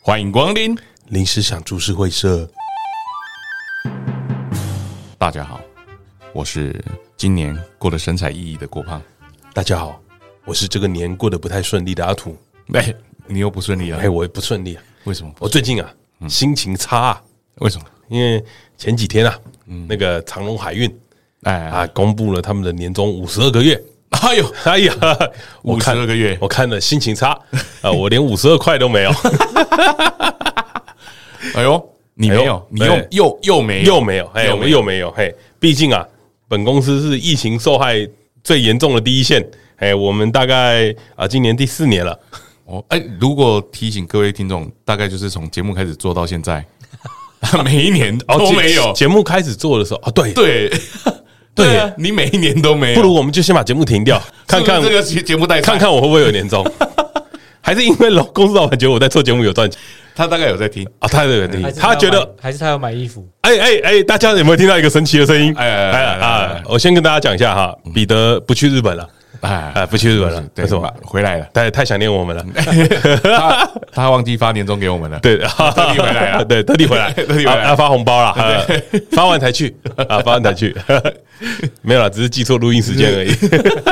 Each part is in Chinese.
欢迎光临，临时想株式会社，大家好，我是今年过得神采奕奕的郭胖。大家好，我是这个年过得不太顺利的阿土。哎、你又不顺利了哎、？我也不顺利、啊，为什么？我最近啊、心情差、啊，为什么？因为前几天啊，那个长荣海运哎，啊公布了他们的年终五十二 个月。哎呦，哎呀，我看52个月我看了心 情差啊，我连五十二块都没有，哎呦，你没有哎呦，你又哎又又没有，又没有，哎，又我没们又没有，嘿，毕竟啊，本公司是疫情受害最严重的第一线，哎，我们大概啊今年第四年了，哦，哎，如果提醒各位听众，大概就是从节目开始做到现在， 每一年哦都节没有。节目开始做的时候，哦， 对，对，对啊，你每一年都没有。不如我们就先把节目 停掉，看看是不是这个节节目带看看看，看我会不会有年终， 还是因为老公司老板觉得我在做节目有赚钱他大概有在听。啊？他对哎对，还嗯是要他觉买得还是他要买衣服，哎哎哎，大家有没有听到一个神奇的声音？哎哎哎哎哎哎哎啊！我先跟大家讲一下哈，彼得不去日本了，哎，哎，不去日本了，对为什么？回来 了，太太想念我们了，他他忘记发年终给我们了。对， 特特地回来啊 对，特地回 来，特地回来啊啊发红包了，啊发完才 去啊，发完才去， 没有了，只是记错录音时间而已，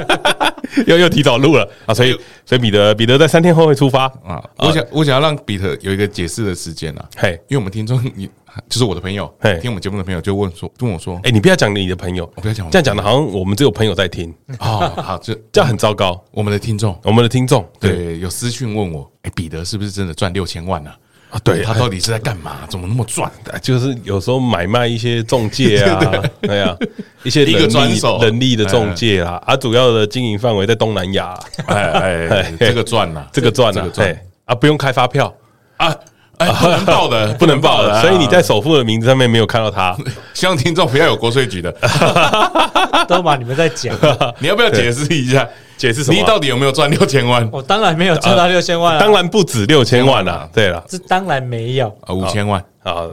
又又提早录了啊，所以所以彼得彼得在三天后会出发哎啊啊，，我想我想要让比特有一个解释的时间啊，嘿因为我们听众你就是我的朋友嘿，听我们节目的朋友就问说，就问我说，哎，你不要讲你的朋友，不要讲我这样讲的好像我们只有朋友在听，哦，好，这这样很糟糕。我们的听众我们的听众对有私讯问我，哎，彼得是不是真的赚六千万呢？啊，对他他到底是在干嘛？怎么那么赚？就是有时候买卖一些中介啊， 对啊，一些一个人专力手人力的中介啊，啊，主要的经营范围在东南亚，啊哎哎，这个赚呐，这个赚这啊个，赚哎啊，不用开发 票。啊，哎，不能报的， 不能报啊了，所以你在首富的名字上面没有看到他。希望听众不要有国税局的，啊啊都把你们在 讲。你要不要解释一下？解释什么哦你到底有没有赚六千万？我哦当然没有赚到六千万啊， 当然不止六千万啊啦，对了，这当然没有。啊，五千万，啊，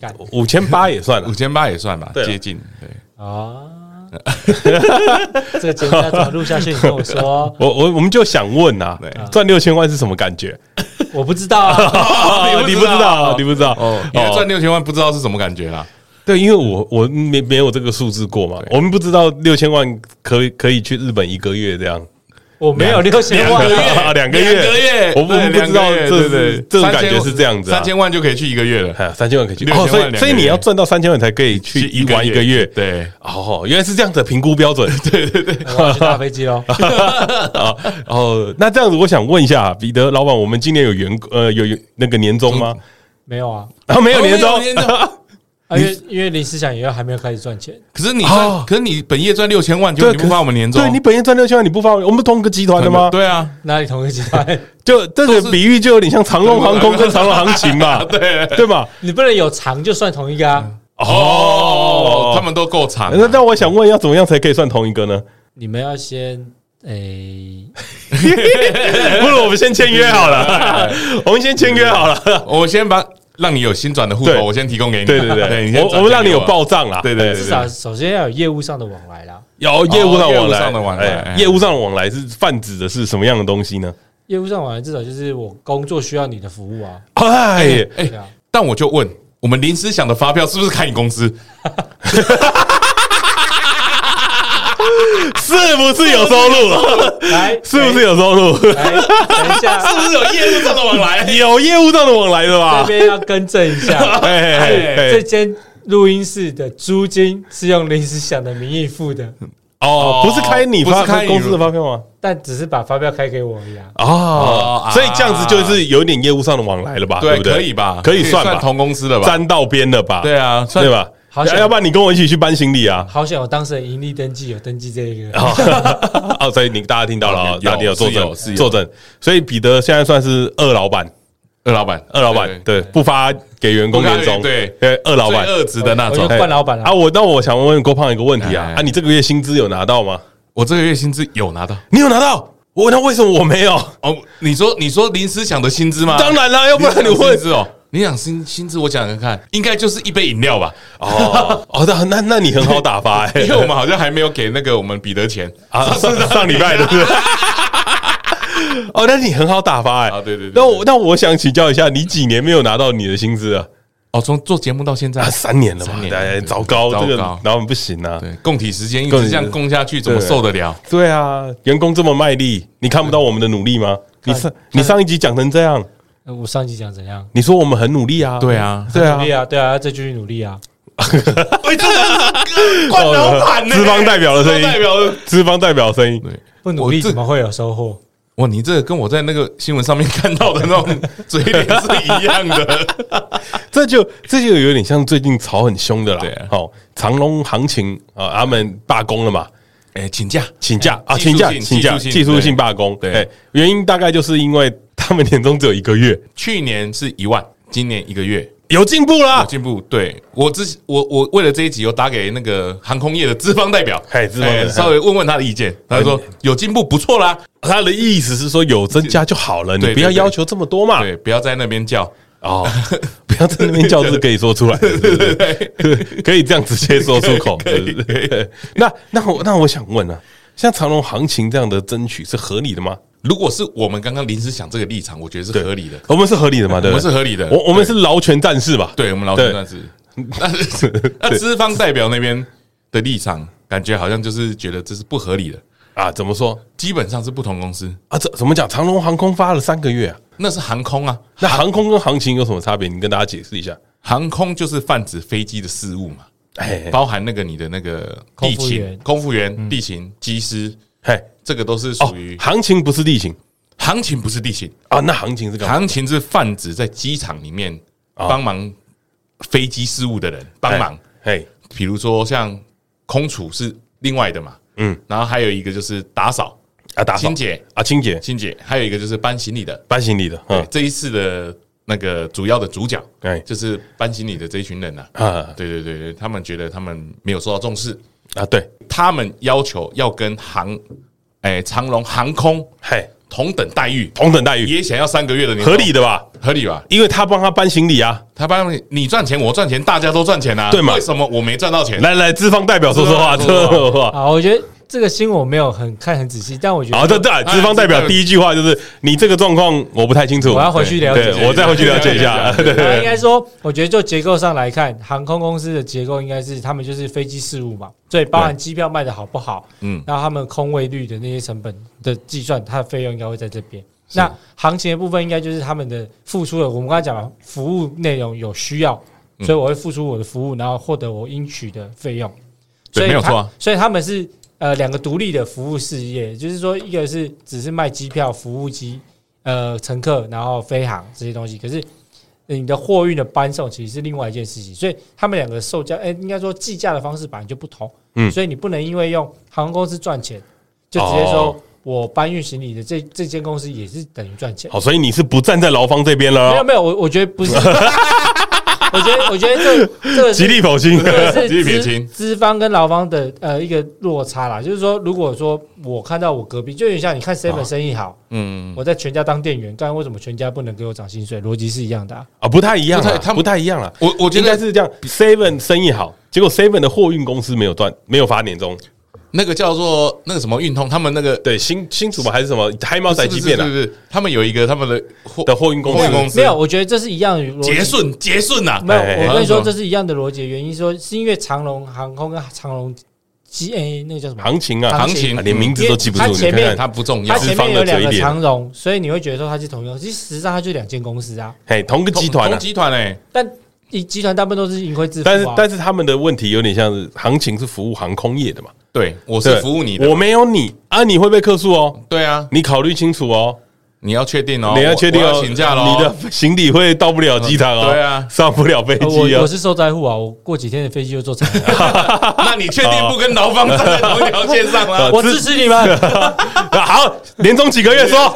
干五千八也算了 五，千八也算吧，对啊接近。对，啊！ 这个节目要怎么录下去？你跟我说，我我我们就想问啊对，赚六千万是什么感 觉？我不知道啊。哦你不知道，你不知道哦，因为赚六千万不知道是什么感觉啦。啊对，因为我我没没有这个数字过嘛，我们不知道六千万可以可以去日本一个月这样，我没有六千两万个月啊，啊 两个月两个月，我不对我不知道两个月这是对对这种三千感觉是这样子啊三千万就可以去一个月了，哎，三千万可以去6000哦，万所两以个所以你月要赚到三千万才可以去一玩一个月。对，哦，原来是这样子的评估标 准。对对对。我要去搭飞机喽。啊，哦，那这样子，我想问一下，彼得老板，我们今年有员工呃有有那个年终吗？没有啊，啊，没有年终哦没有年 终啊因为因为林思想也要还没有开始赚钱，可是你赚，哦可是你本业赚六千万，就你可不是发我们年终，对你本业赚六千万，你不发我，我们同个集团的吗？，对啊，哪里 同一个集团？就这都是个比喻就有点像长隆航空跟长隆行情嘛， 对对吧？你不能有长就算同一个嗯啊。哦，他们都够长啊，那那我想问，要怎么样才可以算同一 个呢？你们要先诶，不如我们先签约好 了，我们先签约好了。我先把让你有新转的户头，对我先提供给你，对对 你对，先转我我们让你给有报账啦，对对对至少首先要有业务上的往来啦。有业务上哦业务往来，上的往来哎哎业务上的往来是泛指的是什么样的东西呢？业务上往来至少就是我工作需要你的服务啊。哎，哎对啊，但我就问，我们临时想的发票是不是开你公司？是不是有收入？来，是不是有收入？来？来，等一下，是不是有业务上的往来？有业务上的往来的这吧？边要更正一下，哎哎这哎间录音室的租金是用临时想的名义付的，哦，不是开你不是发开你公司的发票吗？但只是把发票开给我而已啊。哦哦，所以这样子就是有点业务上的往来了吧？对对，不对？可以吧？可以算吧，同公司的吧？沾到边了吧？对啊，算对？吧？好险要不然你跟我一起去搬行李啊？好险，我当时的盈利登记有登记这一 个，哦，哦所以你大家听到了啊 有，大家有作是有是有证作证。所以彼得现在算是二老板，二老板，二老板对，不发给员工年终，不发给对对，二老板最二职的那我种就。惯老板了啊，我那我想问问郭胖一个问题啊哎，啊，你这个月薪资有拿到吗？我这个月薪资有拿到你有拿到？我那为什么我没有？哦？你说你说临时想的薪资吗？当然啦，要不然你想薪问资哦。你想薪薪资，我想想看，应该就是一杯饮料吧，哦哦，那那那你很好 打发哎、因为我们好像还没有给那个我们彼得钱。 啊，上上礼拜对不对？哦，但是你很好打发哎、啊对对对那我那我想请教一下，你几年没有拿到你的薪资啊？哦，从做节目到现在啊，，三年了嘛三，年了哎，对糟糕，糟这糕个老板不行啊。对，供体时间一供体直这样供下去，怎么受得了？对啊，员工这么卖力，你看不到我们的努力吗？你上你上一集讲成这样，呃我上集讲怎样？你说我们很努力啊，对啊，哎对啊努，力啊，对啊，要再继续努力啊。冠老板呢资方代表的声音资方代表的。资方代表声音，对，不努力我这怎么会有收获？哇，你这个跟我在那个新闻上面看到的那种嘴脸是一样的。这就这就有点像最近炒很凶的啦。对啊好，长隆行情啊，他们罢工了嘛， 哎，请假，请假啊，技术请假，性请技假，术性技术性对罢工。对哎，原因大概就是因为他们年终只有一个月，去年是一万，今年一个月有进步有啦。进步。对我之我我为了这一集，有打给那个航空业的资方代表，哎资方代表哎稍微问问他的意见。他说有进步，不错啦。他的意思是说有增加就好了，你对不要对对要求这么多嘛。对，不要在那边叫。哦， 不要在那边叫字可以说出来， 对对对对可以这样直接说出口。可以对对对那那我那我想问啊，像长隆行情这样的争取是合理的吗？如果是我们刚刚临时想这个立场，我觉得是合理的。我们是合理的嘛？对我们不对，是合理的，我我们是劳权战士吧？对我们老对师那是，但 是那资方代表那边的立场，感觉好像就是觉得这是不合理的，啊，怎么说基本上是不同公司，啊？怎怎么讲？长隆航空发了三个月啊，那是航空啊，那航空跟行情有什么差别？你跟大家解释一下。航空就是泛指飞机的事务嘛，哎，包含那个你的那个空地服勤员、空服员、地勤、机师，嘿，这个都是嗯哦属于，行情不是地形行情，不是地勤，啊，那行情是干嘛？行情是泛指在机场里面哦哎帮忙飞机事务的人帮忙，嘿，嘿，比如说像空厨是另外的嘛，嗯嗯，然后还有一个就是打扫。啊，打扫清洁，啊，清洁清姐，还有一个就是搬行李的。搬行李的，对嗯，这一次的那个主要的主角，哎就是搬行李的这一群人呐、啊。啊对对对对，他们觉得他们没有受到重视，啊，对，他们要求要跟航，哎，长龙航空嘿，同等待遇，同等待遇也想要三个月的年，合理，的吧？合理吧？因为他帮他搬行李啊。他帮你你赚钱，我赚钱，大家都赚钱啊，对嘛为什么我没赚到钱？来来，资方代表说说话，资说方代表说话。啊，我觉得这个新闻我没有很看很仔细，但我觉好，这得这资方代表第一句话就是你这个状况我不太清楚，我要回去了解对，我再回去了解一下。对，啊应该说，我觉得就结构上来看，航空公司的结构应该是他们就是飞机事务嘛，所以包含机票卖的好不好，嗯嗯，然后他们空位率的那些成本的计算，它的费用应该会在这边。那行情的部分应该就是他们的付出的，我们刚才讲了，服务内容有需要，嗯所以我会付出我的服务，然后获得我应取的费用。对所以没有他错啊所以他们是呃两个独立的服务事业，就是说一个是只是卖机票、服务机、呃乘客，然后飞航这些东西，可是你的货运的搬送其实是另外一件事情，所以他们两个售价，哎、应该说计价的方式本来就不同，嗯所以你不能因为用航空公司赚钱，就直接说哦我搬运行李的这这间公司也是等于赚哦钱。好，所以你是不站在劳方这边了没有哦，没有，我我觉 得不是，我觉得我觉得这这个极是力否清这。个极力是撇资清资方跟劳方的呃一个落差啦，就是说，如果说我看到我隔壁，就有点像你看 seven 生意好，哦嗯，我在全家当店员，干为什么全家不能给我涨薪水？逻辑是一样的、啊。啊，不太一样不啊太，他们不太一样了。我我觉应该得是这样，Seven 生意好，结果 Seven 的货运公司没有赚，没有发年终。那个叫做那个什么运通，他们那个对，新新主吧还是什么黑猫仔鸡变不了是不是，他们有一个他们的货啊的货运公货运司公司没有，我觉得这是一样的逻辑结。顺结顺呐，没有，哎我跟哎你说哎这是一样的逻辑。原因说是因为长龙航空跟长龙机，哎，那个叫什么？行情啊，行啊情连名字都记不住。因为他前你看面看它哎不重要它，资前方面的有两嘴个脸长荣，所以你会觉得说它是同一个，其实实际上它就两间公司啊。嘿，同个同集团同啊，集团哎嘞，但一集团大部分都是盈亏自负、啊。但是但是他们的问题有点像是行情是服务航空业的嘛，对，我对是服务你的，我没有你啊，你会被客诉哦，对啊，你考虑清楚哦，你要确定哦，你要我确定我哦，请假喽，你的行李会到不了机场哦，嗯对啊上不了飞呃机我我哦，是受灾户啊，我过几天的飞机就坐啊长荣。那你确定不跟劳方站在同一条线上 哦吗？我支持你们。 啊好，年终几个月说，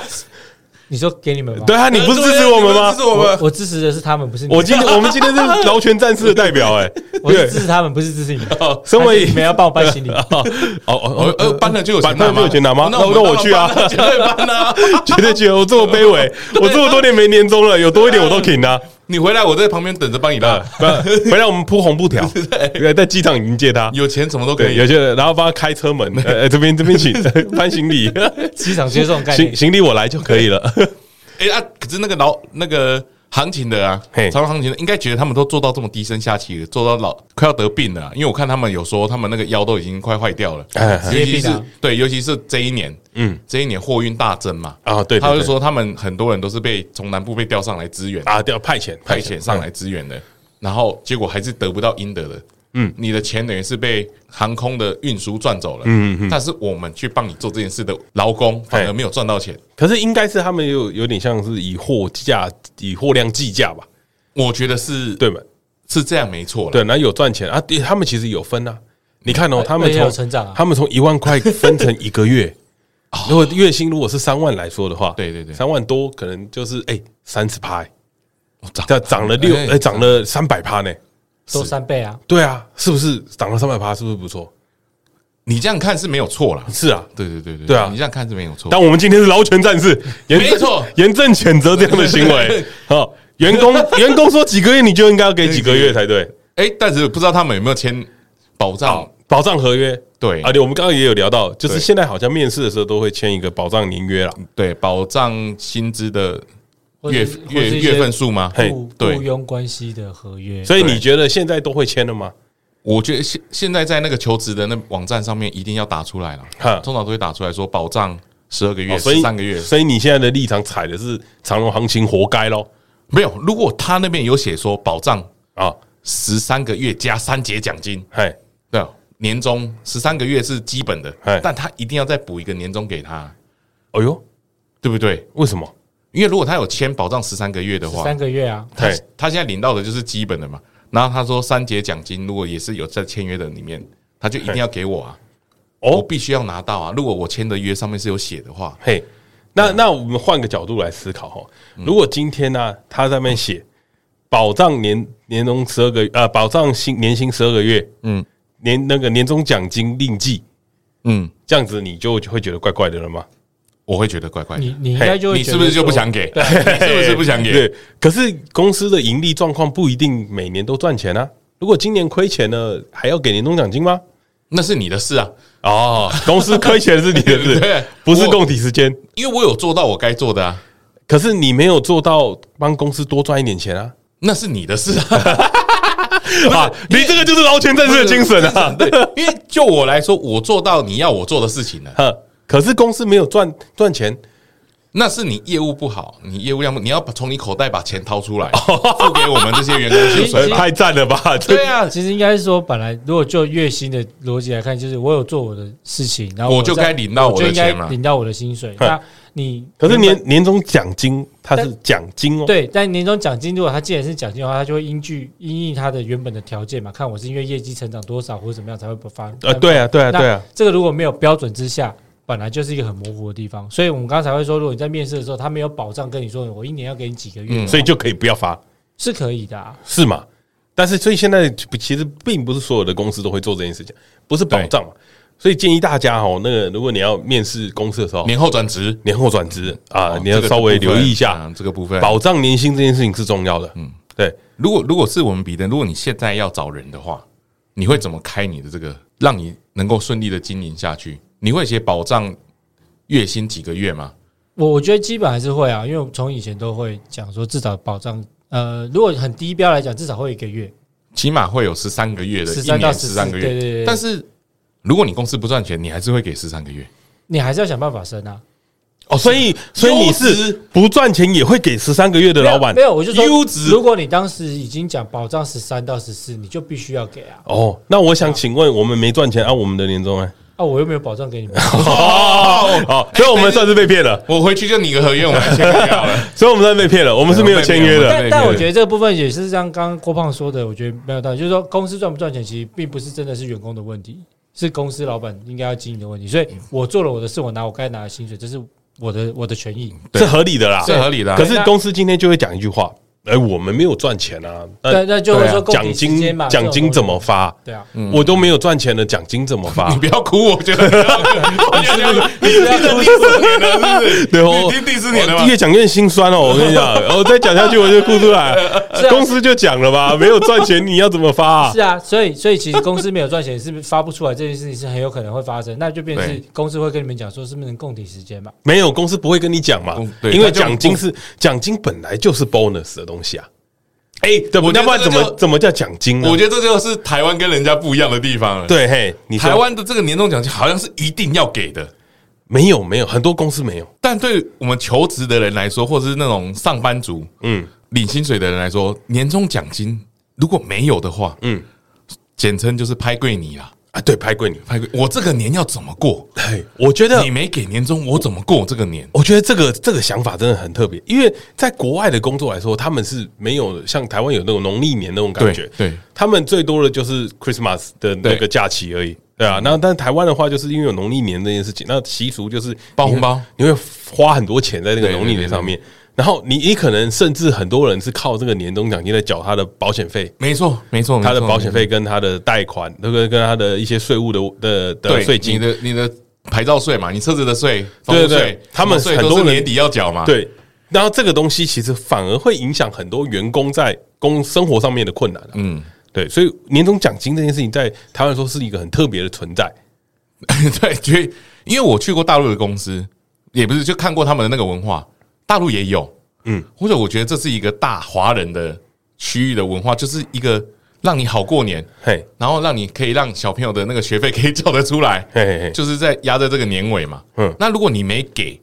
你说给你们吧。对啊，你不是支持我们你不是支吗？持我我们，哦我支持的是他们，不是你。我今天我们今天是劳权战士的代表哎，我是对支，持他们，不是支持你们。 身为还是你们要帮我搬 行李，哦哦哦哦，呃，搬了就有钱搬拿了吗？就有钱拿吗哦那我那我们去啊搬了绝对搬啊！ 绝对觉得我这么卑微，我这么多年没年终了，有多一点我都挺啊，你回来我在旁边等着帮你拉啊，，不回来我们铺红布条，对在机场迎接他。有钱什么都可对，以有。些人然后帮他开车 门，呃，呃这边这边 请搬行李，机场接送概行念，行李我来就可以 了。哎啊，可是那个老那个行情的啊，嘿长荣行情的应该觉得他们都做到这么低声下气了，做到老快要得病了啊、因为我看他们有说他们那个腰都已经快坏掉了，哎哎尤其职业病是啊对，尤其是这一年，嗯，这一年货运大增嘛，啊，对，对他就对说他们很多人都是被从南部被调上来支援，啊，对，派遣派遣上来，支援的，然后结果还是得不到应得的。嗯，你的钱等于是被航空的运输赚走了。嗯嗯，但是我们去帮你做这件事的劳工反而嘿没有赚到钱，可是应该是他们有有点像是以货价以货量计价吧，我觉得是对吧？是这样没错了。对，然后有赚钱啊，对他们其实有分啊。你看哎哦，他们也有成从长啊他们从一万 块分成一个月，如果月薪如果是三万来说的话，哦对对对三万多可能就是哎三十趴，哦，涨这涨了六哎哎涨了三百趴呢。多三倍啊，对啊，是不是涨了三百趴？是不是不错？你这样看是没有错啦。是啊，对对对对，对啊你这样看是没有错。但我们今天是劳权战士，严正没错严正谴责这样的 行为。好，员工员工说几个月你就应该要给几个月才对，哎，但是不知道他们有没有签保障？保障合约。对而且我们刚刚也有聊到，就是对嗯现在好像面试的时候都会签一个保障年约啦。对，保障薪资的或者月是或者月是一些月份数吗？嘿雇对雇佣关系的合约，所以对你觉得现在都会签了吗？我觉得现现在在那个求职的那网站上面一定要打出来了哈，通常都会打出来说保障十二个月、哦所十以三个月，所以你现在的立场踩的是长隆行情，活该喽没有。如果他那边有写说保障啊！十三个月加三节奖金，嗨，对啊，年终十三个月是基本的哎，但他一定要再补一个年终给他，哎呦，对不对？为什么？因为如果他有签保障十三个月的话，三个月啊，他嘿他现在领到的就是基本的嘛。然后他说三节奖金如果也是有在签约的里面，他就一定要给我啊，我哦，必须要拿到啊。如果我签的约上面是有写的话，嘿，那啊那我们换个角度来思考哈，嗯如果今天呢、他在那边写保障年年终十二个呃，保障薪年薪十二个月，嗯，年那个年终奖金另计，嗯，这样子你就会觉得怪怪的了吗？我会觉得怪怪的。你你应该就会你觉是不得是就不说 想给？对啊 你 是不是不想给？对，可是公司的盈利状况不一定每年都赚钱啊。如果今年亏钱了，还要给年终奖金吗？那是你的事啊，哦，公司亏钱是你的 对事，不是我供体时间。因为我有做到我该做的啊，可是你没有做到帮公司多赚一点钱啊！那是你的事啊。 啊， 你这个就是劳权战士的精神啊！对，因为就我来说，我做到你要我做的事情了，呵， 可是公司没有赚赚钱，那是你业务不好，你业务量不，你要把从你口袋把钱掏出来，哦付给我们这些员工 薪所以水吧。太赞了吧？对啊，其实应该是说，本来如果就月薪的逻辑来看，就是我有做我的事情，然后我就在该领到我的就应该钱嘛领到我的薪水。那你可是原年本年终奖金它是但奖金哦，对，但年终奖金如果他既然是奖金的话，他就会依据依应他的原本的条件嘛，看我是因为业绩成长多少或者怎么样才会不发。呃，对啊，对啊，那对啊，这个如果没有标准之下，本来就是一个很模糊的地方。所以我们刚才会说，如果你在面试的时候，他没有保障跟你说我一年要给你几个月的话，嗯所以就可以不要发，是可以的、啊。是嘛？但是所以现在其实并不是所有的公司都会做这件事情，不是保障嘛。所以建议大家哦，那个如果你要面试公司的时候，年后转职年后转职啊哦，你要这个稍微部分留意一下，啊这个部分。保障年薪这件事情是重要的。嗯，对，如果如果是我们比的，如果你现在要找人的话，你会怎么开你的这个，让你能够顺利的经营下去？你会写保障月薪几个月吗？我我觉得基本还是会啊，因为我从以前都会讲说，至少保障呃，如果很低标来讲，至少会有一个月，起码会有十三个月的， 13一到年十三14个对对对月。对但是如果你公司不赚钱，你还是会给十三个月。你还是要想办法升啊。哦，所以所以你优是质不赚钱也会给十三个月的老板没有，没有我就说优质如果你当时已经讲保障十三到十四，你就必须要给啊。哦。那我想请问，我们没赚钱啊，我们的年终哎，啊，我又没有保障给 你们，哦，好，所以我们算是被骗了，我回去就拟个合约，我们来签约好 了。所以我们算是被骗了，我们是没有签约我的们。对但但对我觉得这个部分也是像刚刚郭胖说的，我觉得没有道理，就是说公司赚不赚钱，其实并不是真的是员工的问题，是公司老板应该要经营的问题。所以我做了我的事，我拿我该拿的薪水，这是我的我的权益。是合理的啦，是合理的啊可是公司今天就会讲一句话：哎，我们没有赚钱啊，对那就会对啊说供奖给时间金嘛这种嗯奖金怎么发？对啊，我都没有赚钱的奖金怎么发啊你？不要哭，我觉得不要哭，我觉得 你是第四年了，是不是？对 哦你听第四年了我吧？越讲越心酸哦，我跟你讲，我再讲下去我就哭出来了。是啊公司就讲了吧，没有赚钱你要怎么发啊是？啊，所以所以其实公司没有赚钱，是不是发不出来这件事情是很有可能会发生，那就变成是对公司会跟你们讲说，是不是能供体时间嘛？没有，公司不会跟你讲嘛公，对因为他就奖金是奖金本来就是 bonus 的东西啊。哎，对不？我觉得要不然这个怎么就怎么叫奖金呢？我觉得这就是台湾跟人家不一样的地方了。，对，嘿，你说台湾的这个年终奖金好像是一定要给的，没有没有，很多公司没有。但对我们求职的人来说，或者是那种上班族嗯，领薪水的人来说，年终奖金如果没有的话，嗯嗯，简称就是拍跪你啦，啊，对，拍贵你。拍跪我这个年要怎么过？嘿，我觉得你没给年终，我怎么过这个年？我觉得这个这个想法真的很特别，因为在国外的工作来说，他们是没有像台湾有那种农历年那种感觉，对对他们最多的就是 Christmas 的那个假期而已，对啊。那但台湾的话，就是因为有农历年这件事情，那习俗就是包红包你会，你会花很多钱在那个对农历对对年上面，然后你你可能甚至很多人是靠这个年终奖金来缴他的保险费。没错，没错，他的没错保险费跟他的贷款，那个跟他的一些税务的的的对呃税金你，的你的牌照税嘛，你车子的税、房对屋对税，他们什么税很都多是人年底要缴嘛。，对，然后这个东西其实反而会影响很多员工在工生活上面的困难、嗯，嗯，对，所以年终奖金这件事情在台湾来说是一个很特别的存在。 对，所以因为我去过大陆的公司，也不是就看过他们的那个文化，大陆也有，嗯嗯，或者我觉得这是一个大华人的区域的文化，就是一个让你好过年，嘿，然后让你可以让小朋友的那个学费可以缴得出来，嘿嘿嘿，就是在压在这个年尾嘛。嗯嗯，那如果你没给，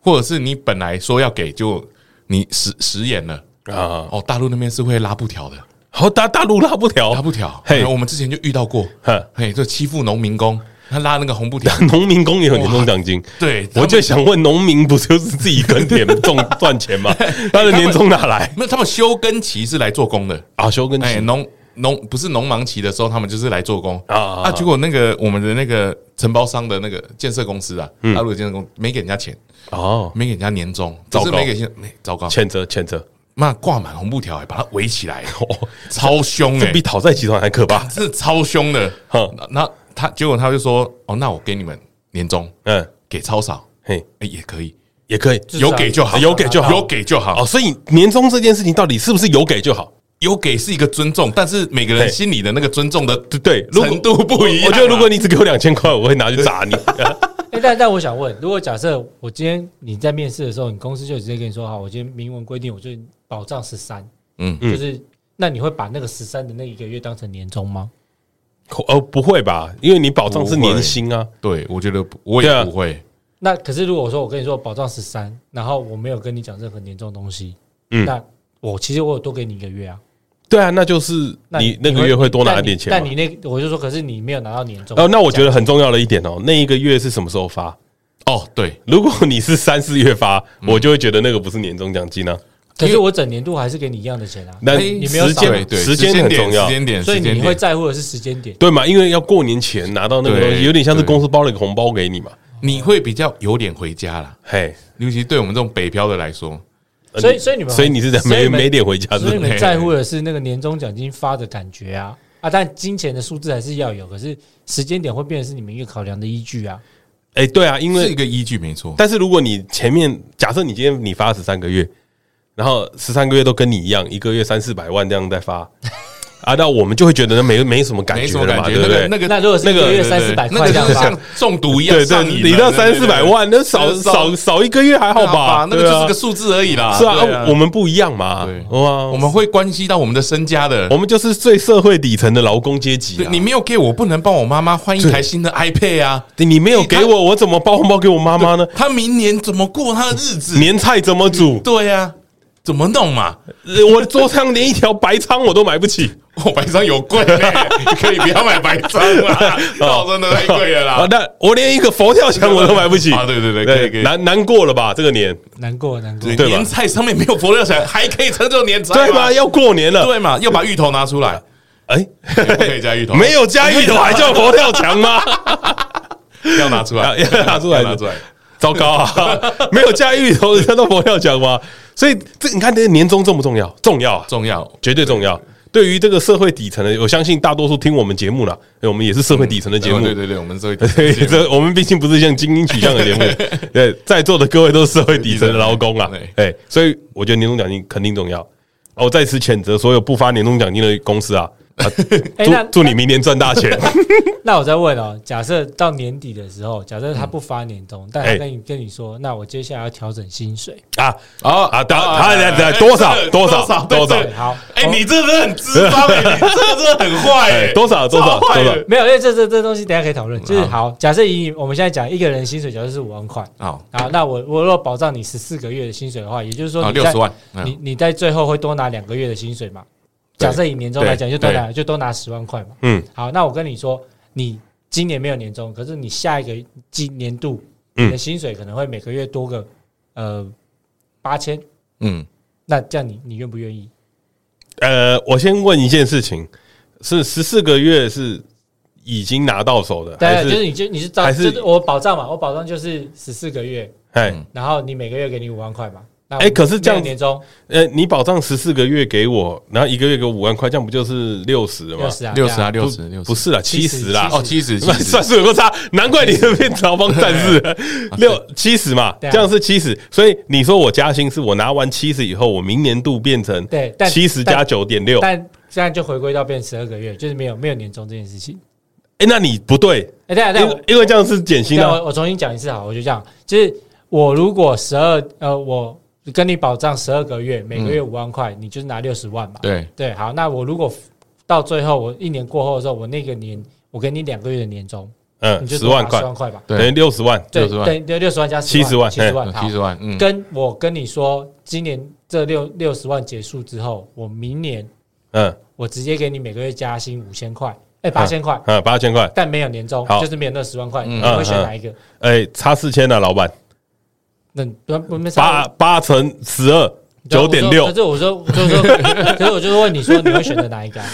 或者是你本来说要给，就你食食言了，啊，哦，大陆那边是会拉布条的。好大大陆拉不拉条，布条，哦嘿，嘿我们之前就遇到过哼，嘿，就欺负农民工，他拉那个红布 条，农民工也有年终奖金。对，我就就想问，农民不就是自己耕 田种赚 钱吗？他的年终哪来没有，他们休耕期是来做工的，啊？休耕哎，期农农不是农忙期的时候，他们就是来做工啊啊啊啊。结果那个我们的那个承包商的那个建设公司啊，大陆的建设公司没给人家钱，哦，没给人家年终，糟只糕是没给钱，没糟糕，谴责谴责，那挂满红布条，哎把它围起 来，哦，超凶这哎比，讨债集团还可怕。是超凶的哼。那他结果他就说，哦，那我给你们年终，嗯，给超少，嘿，哎，也可以。也可以。至少有给就好，有给就好有给就好哦，。所以年终这件事情到底是不是有给就好？有给是一个尊重，但是每个嘿人心里的那个尊重的对对，如果程度不一样啊。我觉得如果你只给我两千块，我会拿去砸 你。哎、但但我想问，如果假设我今天你在面试的时候，你公司就直接跟你说，好，我今天明文规定，我就保障十三，嗯嗯就是那你会把那个十三的那一个月当成年终吗？哦，不会吧？因为你保障是年薪啊。对，我觉得不我对啊也不会。那可是如果说我跟你说保障十三，然后我没有跟你讲任何年终东西，嗯那我其实我有多给你一个月啊，对啊，那就是那你那个月会多拿一点钱但嘛你。但你那我就说，可是你没有拿到年终哦，那我觉得很重要的一点哦，那一个月是什么时候发？哦，对，如果你是三四月发，我就会觉得那个不是年终奖金啊。可是我整年度还是给你一样的钱啊，那哎你没有时少对间对，时间很点重要时，间点，所以时间你会点，在乎的是时间点。对嘛？因为要过年前拿到那个东西，对有点像是对公司包了一个红包给你嘛。你会比较有脸回家啦。嘿，尤其对我们这种北漂的来说，呃所以所以你们所以你是所以没你们没脸回家所以是你不是？们在乎的是那个年终奖金发的感觉啊啊！但金钱的数字还是要有，可是时间点会变成是你们一个考量的依据啊。哎，对啊，因为是一个依据，没错。但是如果你前面假设你今天你发十三个月，然后十三个月都跟你一样，一个月三四百万这样在发，啊，那我们就会觉得那没没什么感没觉什么了感嘛，觉，对不那个对？那个那如果是一那个个月对对三对四百那块个这样就是发像，中毒一样对上瘾对，了，你到对三四百，万，那少对对少少一个月还好对对啊吧？那个就是个数字而已啦。对啊是对啊，我们不一样嘛对，哇，我们会关系到我们的身家的我。们就是最社会底层的劳工阶级对啊，你没有给我，不能帮我妈妈换一台新的 iPad 啊。你你没有给我，我怎么包红包给我妈妈呢？他明年怎么过他的日子？年菜怎么煮？对呀、怎么弄嘛？呃我桌上连一条白苍我都买不起。我哦白章有贵 嘞、可以不要买白章啦，到真的太贵 了啊啦！，哦那我连一个佛跳墙我都买不 起啊对对对可以可以难难过了吧？这个年，难过啊难过对。对吧年菜上面没有佛跳墙，还可以称作年菜对吧？吗？要过年了，对嘛？要把芋头拿出来， 哎，不可以加芋头，没有加芋头还叫佛跳墙吗？啊要拿出来， 要要拿出来要拿出来。糟糕啊！ 没有驾驭头，人家都不要讲嘛。所以这你看，这年终重不重要？重要啊，重要。绝对重要。对于这个社会底层的，我相信大多数听我们节目了，哎我们也是社会底层的节目。嗯对对对，我们这 对，这我们毕竟不是像精英取向的 节目，对，在座的各位都是社会底层的劳 工啊对，哎，所以我觉得年终奖金肯定重要。哦我在此谴责所有不发年终奖金的公司啊！ 啊哎那祝祝你明年赚大钱！ 那我再问哦，假设到年底的时候，假设他不发年终，但他跟你跟你说，那我接下来要调整薪水，啊哦啊，打啊，等等，多少多少多对少对好哎、哦你这个人很智商 哎、你这个真的很坏哎、哎多少多少超坏多少的？哦没有，因为这这这东西等一下可以讨论。就是好，假设以我们现在讲一个人薪水，假设是五万块，好好，那我我如果保障你十四个月的薪水的话，也就是说啊，你六在十万，你嗯，你在最后会多拿两个月的薪水嘛？对假设以年终来讲，对就多拿就多拿十万块嘛。嗯，好，那我跟你说，你今年没有年终，可是你下一个季年度，嗯你的薪水可能会每个月多个呃八千，嗯，那这样你你愿不愿意？呃，我先问一件事情：是十四个月是已经拿到手的，对还啊，就是是你就你是照，还就是是我保障嘛，我保障就是十四个月，哎然后你每个月给你五万块嘛。那哎可是这样没有年终呃，你保障十四个月给我，然后一个月给我五万块，这样不就是六十了吗六？十啊，六十啊，对六十，六十，不是啦，七十啦，哦，七十，七十啊算，数有多差，难怪你这边逃亡战 士了六七十嘛，对这啊样是七十，所以你说我加薪是我拿完七十以后，我明年度变成对但七十加九点六，但现在就回归到变十二个月，就是没有没有年终这件事情。哎，那你不对，哎，对啊，因对啊，我为因为这样是减薪那啊，我我重新讲一次好，我就这样，就是我如果十二呃，我跟你保障十二个月，每个月五万块，你就是拿六十万嘛。对，对，好，那我如果到最后我一年过后的时候，我那个年我给你两个月的年终，嗯，你就十万块十万块吧，对等于六十万，对， 60万对，对，六十万加70万七十万，好七十万，嗯，跟我跟你说，今年这六六十万结束之后，我明年嗯我直接给你每个月加薪五千块，哎，八千块，嗯，八千块，但没有年终好，就是没有那十万块，嗯你会选哪一个？哎，差四千了，老板，那不不没差八八乘十二对啊九点六我，说可是我说，就是说，可是我就是问你说，你会选择哪一个啊？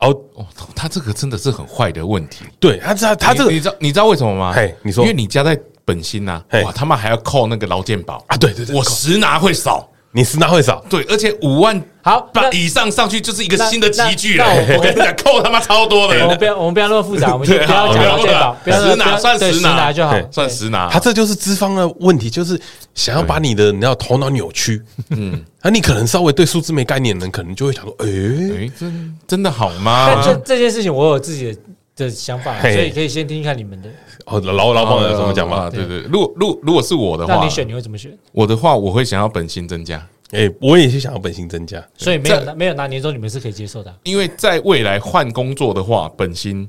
哦，哦，他这个真的是很坏的问题。对他这他这个你你知道你知道为什么吗？嘿你说因为你加在本薪呐嘿，哇，他妈还要扣那个劳健保，啊，对对对，我实拿会少，你十拿会少，对，而且五万好，那八以上上去就是一个那新的集聚了。那那我我跟你讲，扣他妈超多我们的，不要，我们不要那么复杂，我们就对不要好讲劳不要健保，不要实拿不要算对实实拿拿就好对，算对实拿他。这就是资方的问题，就是想要把你的你知道头脑扭曲，嗯，啊，你可能稍微对数字没概念的人，可能就会想说，诶，哎，真真的好吗但？这这件事情，我有自己的的想法，啊所嘿以可以先听听看你们的。哦，老老板有怎么讲啊吧？对对，如果如果如果是我的那话你，选你会怎么选？我的话我会想要本薪增加，哎，我也是想要本薪增加，所以没有这拿没有拿年终，你们是可以接受的啊。因为在未来换工作的话，本薪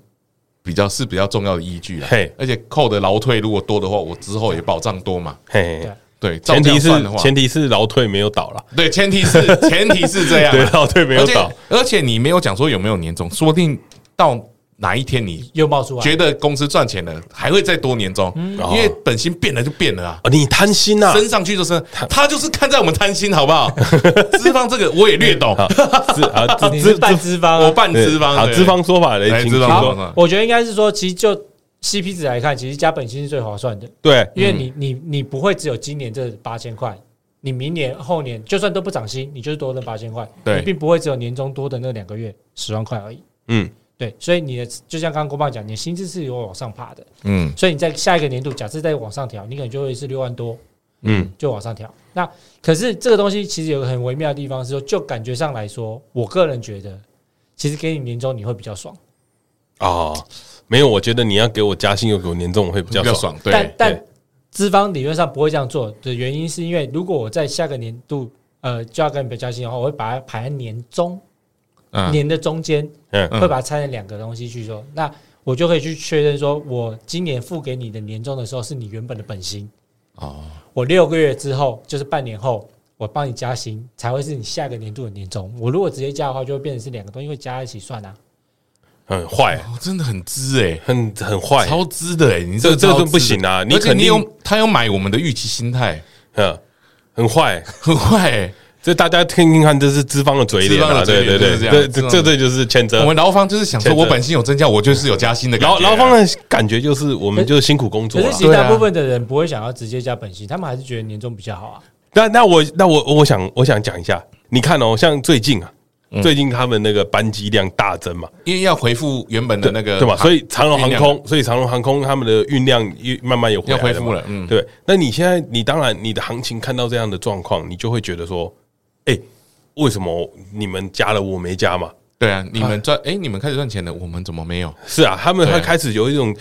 比较是比较重要的依据啦嘿。而且扣的劳退如果多的话，我之后也保障多嘛。嘿对啊，对，照前这提样是算的话前提是劳退没有倒了，对，前提 是前提是这样对，啦，劳退没有而且倒，而且你没有讲说有没有年终，说不定到哪一天你又冒出来，觉得公司赚钱了，还会再多年终，嗯因为本薪变了就变了啊。哦，你贪心呐，升上去就是，他就是看在我们贪心，好不 好？资方这个我也略懂，啊，是啊，你资是资半资方我啊。办资方，啊，对资方说法嘞，哎请资方请说说法好，我觉得应该是说，其实就 CP 值来看，其实加本薪是最划算的，对，因为你你你不会只有今年这八千块，你明年后年就算都不涨薪，你就是多那八千块，对你并不会只有年终多的那两个月十万块而已。嗯对，所以你的就像刚刚郭爸讲，你的薪资是有往上爬的，嗯所以你在下一个年度假设再往上调，你可能就会是六万多嗯，就往上调。那可是这个东西其实有个很微妙的地方是说，就感觉上来说，我个人觉得，其实给你年终你会比较爽，哦，没有，我觉得你要给我加薪又给我年终，我会比比较较爽。爽，但对，但资方理论上不会这样做的原因是因为如果我在下个年度呃就要跟你们加薪的话，我会把它排在年中、嗯年的中间，嗯嗯会把它拆成两个东西去说，那我就可以去确认说，我今年付给你的年终的时候是你原本的本薪，哦，我六个月之后就是半年后，我帮你加薪才会是你下个年度的年终。我如果直接加的话，就会变成是两个东西会加在一起算啊。很坏，哦真的很资哎，很很坏，超资的哎，你这这个超个资的不行啊你而且肯定你有他有买我们的预期心态，嗯，很坏。 很坏哎，这大家听听看，这是资方的嘴脸资方啊！的嘴脸对对对，就是这样这资方这的这这就是 欠我责。们劳方就是想说，欠责我本薪有增加，我就是有加薪的感觉劳啊。劳方的感觉就是我们就是辛苦工作可了是。其实对啊大部分的人不会想要直接加本薪，他们还是觉得年终比较好啊。那那我那我我想我想讲一下，你看哦，像最近啊，嗯最近他们那个班机量大增嘛，因为要回复原本的那个对吧？航所以长荣航运量空，所以长荣航空他们的运量又慢慢有回要来恢了复嘛，了，嗯，对。那你现在你当然你的行情看到这样的状况，你就会觉得说，哎，为什么你们加了我没加嘛？对啊，你们赚哎，你们开始赚钱了，我们怎么没有？是啊，他们对啊会开始有一种，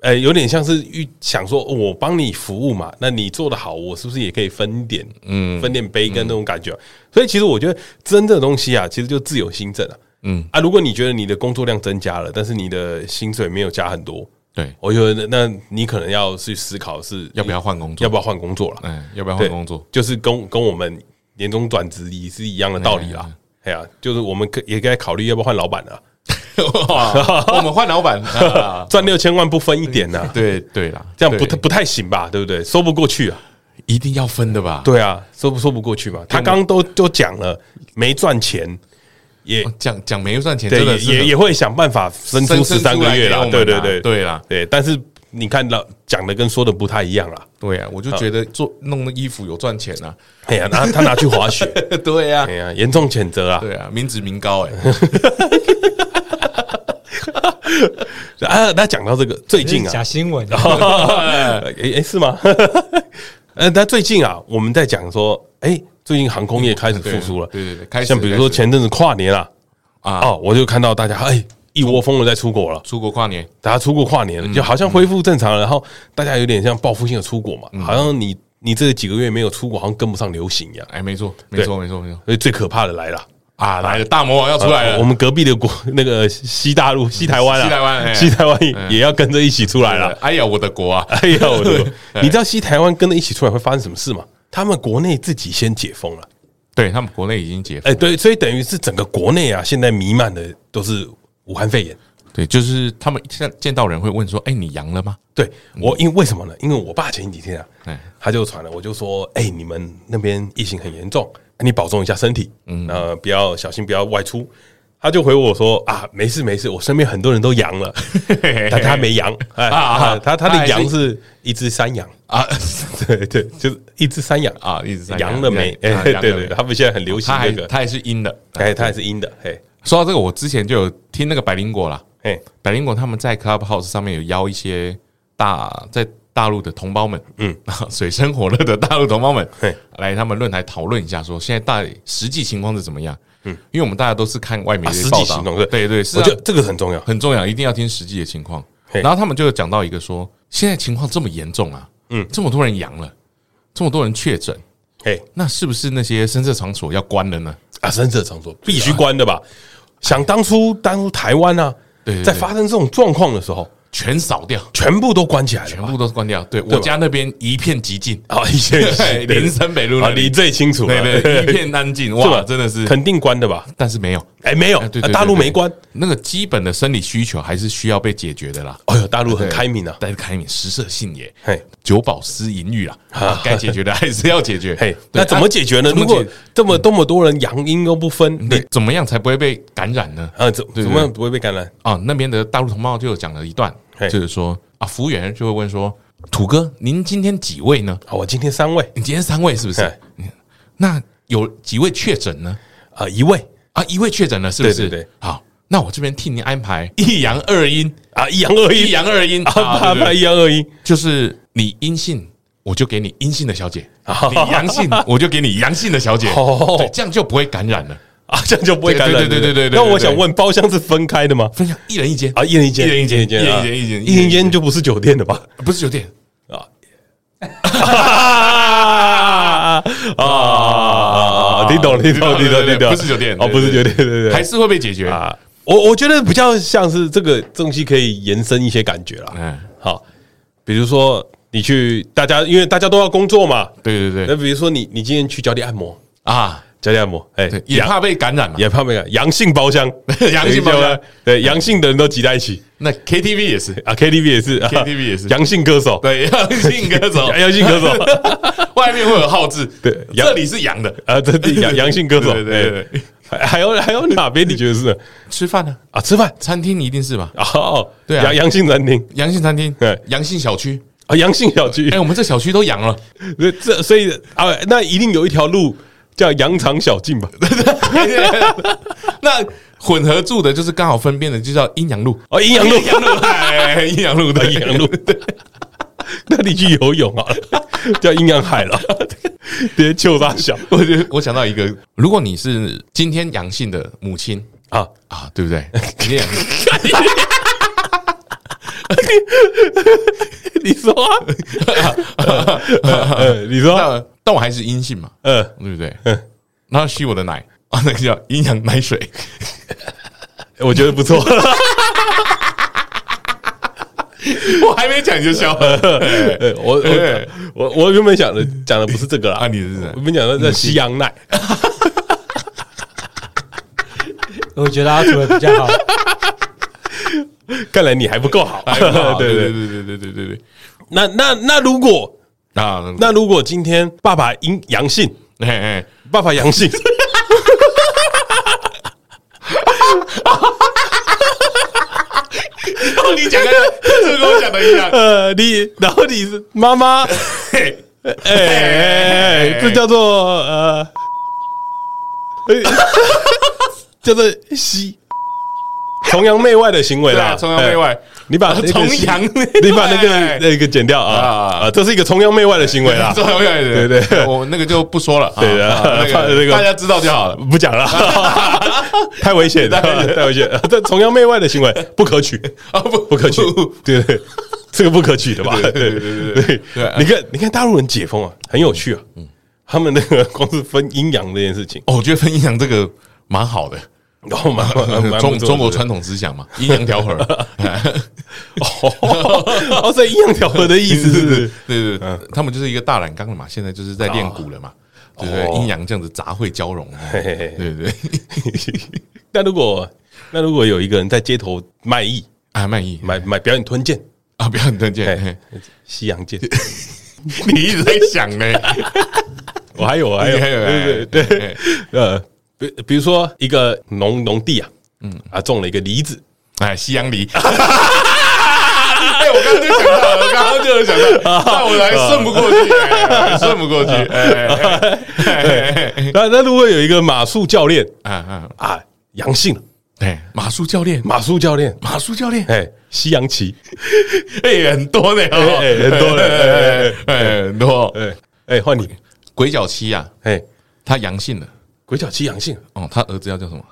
呃，有点像是预想说，哦我帮你服务嘛，那你做的好，我是不是也可以分点，嗯，分点杯羹那种感嗯觉啊、所以其实我觉得真的东西啊，其实就自有新政啊，嗯嗯啊，如果你觉得你的工作量增加了，但是你的薪水没有加很多，对，我觉得那那你可能要去思考是要不要换工作？要不要换工作了，嗯，要不要对换工作？就是跟跟我们年终转职也是一样的道理啦嗯嗯。哎呀，就是我们可也该考虑要不要换老板啊了、哇 我们换老板，啊赚六千万不分一点呢、啊对对啦，这样不对太不太行吧，对不对？说不过去啊，一定要分的吧？对啊，说不说不过去嘛。他刚刚都都讲了，没赚钱，也哦，讲讲没赚钱，对真的也是也也会想办法生出生十三个月啦啦，，对对啊对啊对啦，对。但是你看到讲的跟说的不太一样啦。对啊，我就觉嗯得做弄的衣服有赚钱啊， 哎呀，拿 他拿去滑雪，对呀哎，呀，严重谴责啊！对啊，民脂民膏哎，嗯啊，那讲到这个最近这是假啊，新闻啊， 哎哎是吗？ 呃，那最近啊，我们在讲说，哎，最近航空业开始复苏了，对对对，开始像比如说开始前阵子跨年啊，啊哦，我就看到大家哎一窝蜂的在出国了，出国跨年，大家出国跨嗯年了，就好像恢复正常了，然后大家有点像报复性的出国嗯嘛，好像你你这几个月没有出国，好像跟不上流行一样。哎，没错没对错没错没错所以最可怕的来了，啊，来了大魔王要出来呃了，我们隔壁的国那个西大陆、西台湾啊，西台湾哎西台湾也也要跟着一起出来对了。哎呀，我的国啊，哎呀，我的妈，你知道西台湾跟着一起出来会发生什么事吗？他们国内自己先解封了，对他们国内已经解封，哎，对，所以等于是整个国内啊，现在弥漫的都是武汉肺炎。对，就是他们现在见到人会问说，哎，你阳了吗？对我，因为为什么呢？因为我爸前几天啊，哎，他就传了，我就说，哎、你们那边疫情很严重，你保重一下身体，嗯，呃，不要小心，不要外出。他就回我说啊，没事没事，我身边很多人都阳 了，但他没阳，哎，啊啊啊他他他还的是阳是一只山羊， 啊对对，就是一只山羊啊，一直在阳了没？哎，啊对阳了对没对，他们现在很流行哦他还这个，他还是阴的，哎，他还是阴的，嘿，说到这个，我之前就有听那个百灵果啦，哎，百灵果他们在 Clubhouse 上面有邀一些大在大陆的同胞们，嗯 嗯，水深火热的大陆同胞们嘿，来他们论坛讨论一下，说现在大实际情况是怎么样？嗯，因为我们大家都是看外面啊的实报际道行动，对对对，是我啊觉得这个很重要，很重要，一定要听实际的情况。嘿然后他们就有讲到一个说，现在情况这么严重啊，嗯嗯，这么多人阳了，这么多人确诊，嘿，那是不是那些深色场所要关了呢？啊，深色场所必须关的吧？想当初，当初台湾啊对对，对在发生这种状况的时候，全扫掉，全部都关起来了 全吧，部都关掉。对吧我家那边一片寂静，啊，以前对 林森北路那啊，里你最清楚 了，对对，一片安静，是哇，吧？真的是，肯定关的吧？但是没有，哎，没有，哎对啊对，大陆对对没关。那个基本的生理需求还是需要被解决的啦。哎呦，大陆很对开明啊，但是开明食色性也，嘿，久保思淫欲啦，啊该解决的 还是要解决。嘿对，啊那怎么解决呢？怎么如解嗯果这么这么多人阳阴都不分，你对怎么样才不会被感染呢？啊，怎对怎么样不会被感染？啊，那边的大陆同胞就有讲了一段，嘿就是说啊，服务员就会问说：“土哥，您今天几位呢？好，我今天三位你今天三位是不是嘿？那有几位确诊呢？啊，一位啊，一位确诊了，是不是？对对对好，那我这边替您安排一阳二阴，啊，一阳二一阴，阳二阴啊，怕啊，对怕对一阳二阴，就是你阴性，我就给你阴性的小姐；啊你阳 性，我就给你阳性的小姐。哦对，这样就不会感染了。啊，这样就不会感染。对对对对对对对那我想问，包厢是分开的吗？分享一人一间啊，一人一间，一人一间一人一人一间一人一间一人一间就不是酒店的吧？不是酒店，啊啊啊！听懂，听懂，对听对对懂，听懂，不是酒店哦，不是酒店，对对还对，是会被解决。啊，我我觉得比较像是这个东西可以延伸一些感觉啦。嗯，好，比如说你去大家，因为大家都要工作嘛，对对对那比如说你你今天去脚底按摩，啊，加利按摩，哎对，，也阳怕被感染嘛。也怕没有阳性包厢， 阳性包厢有一些，对，阳性的人都挤在一起那 KTV 也是，啊，KTV 也是啊 KTV 也是阳性歌手，哎对，阳性歌 手，阳性歌手，外面会有号字，对阳这里是阳的，啊，这是阳阳性歌手，对对对对，哎，还还有还有哪边你觉得是吃饭呢，啊？吃饭餐厅一定是吧？哦，对啊阳阳性餐厅阳性餐厅对，阳性小区，啊，阳性小区哎，，我们这小区都阳了，这这所以啊，那一定有一条路叫羊肠小径吧？ 那混合住的就是刚好分辨的，就叫阴阳路，哦，阴阳路，阳路，哎，阴阳路啊对阴阳路， 那你去游泳 啊，叫阴阳海了， 别救大小我觉得我想到一个，如果你是今天阳性的母亲啊！啊，对不对？ 今天阳性。 你说啊， 呃你说啊，但但我还是阴性嘛，呃，对不对？然后吸我的奶啊，那个叫阴阳奶水，我觉得不 错， 我还没讲就笑哎了。 呃我我对我我原本想的讲的不是这个啊，啦，你是 谁我？们讲的叫西洋奶，我觉得阿土的比 较好。看来你 还不够好，哎哇对对对对对对。对对对。那那那如果啊，那那如果今天爸爸阴阳性，哎哎，爸爸阳性， 哦 你讲的是跟我讲的一样，呃，你然后你是妈妈。 嘿哎哎，哎这叫做呃，哎叫做吸崇洋媚外的行为对啦，啊，崇洋媚外哎。你把那个崇洋媚外你把 那个那个剪掉啊啊啊，这是一个崇洋媚外的行为 啦，崇洋媚外的，对对我那个就不说了，啊对的啊怕那那个个大家知道就好了。不讲了，太危险了， 太危险了，这崇洋媚外的行为不可 取，啊，不不可取，对对，这个不可取的吧？对对对对对对对对，啊嗯你看你看大陆人解封啊，很有趣啊，他们那个 光是分阴阳这件事情。哦我觉得分阴阳这个蛮好的， 哦，蛮蛮蛮中中国传传统思想嘛，阴阳调和。哦，所以阴阳调和的意思是 对对对，他们就是一个大染缸了嘛，现在就是在练鼓了嘛，对不哦对？阴阳这样子杂烩交融，嘿嘿嘿对对对， 那如果那如果有一个人在街头卖艺，啊，曼意买买表演吞剑，啊，不要很推荐，哎嘿，西洋剑，你一直在想呢，我还有我还有你还有对对对，呃，比比如说一个农农地啊，嗯啊种了一个梨子，哎，西洋 梨。哎，我刚刚就想到了，我刚刚就有想 到，但我还顺不过去， 哎顺不过去，哎哎哎哎那那如果有一个马术教练哎，啊啊，啊阳性了，哎，马术教练，马术教练马术教练，哎西洋棋，哎，很多呢，好不好哎哎很多呢哎哎哎哎，很多。哎哎换你，鬼脚七啊，哎他阳性了。鬼脚七阳性，哦，他儿子要叫什么？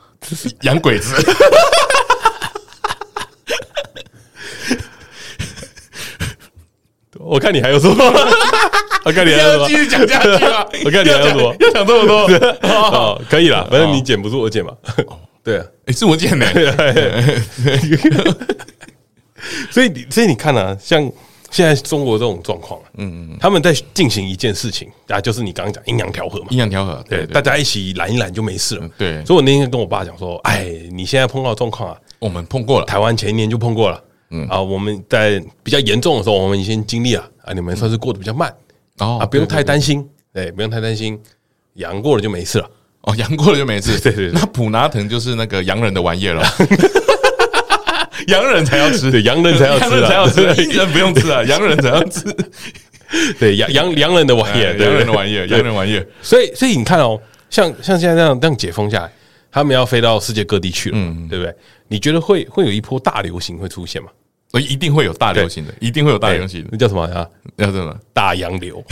洋鬼 子。我看你还有什么？ 我看你还有什么要继？续讲下去 吗 ？我看你还有什么要讲这么多？哦，可以啦，反正你剪不住我剪嘛。 对啊，哎，是我剪的。所以你所以你看啊，像现在中国这种状况，嗯嗯，他们在进行一件事情啊，就是你刚刚讲阴阳调和嘛，阴阳调和，对，嗯对大对，家一起懒一懒就没事了嗯。对所以我那天跟我爸讲说，哎，你现在碰到的状况啊，我们碰过了。台湾前一年就碰过了。嗯啊，我们在比较严重的时候，我们已经经历了啊，你们算是过得比较慢哦啊，不用太对对担心，对，不用太担心，阳过了就没事了。哦，阳过了就没事。 对对对那普拿疼就是那个洋人的玩意儿 了。洋人才要吃，对，洋人才要洋吃人啊，才要吃，印人不用吃啊，洋人才要吃，对，洋洋洋人的玩意哎儿，洋人的玩意。意儿，对洋人玩意儿。所以，所以你看哦，像像现在这样这样解封下来，他们要飞到世界各地去了，嗯对不对？你觉得会会有一波大流行会出现吗？所以一定会有大流行的，一定会有大流行的那，叫什么啊？要什么？大洋流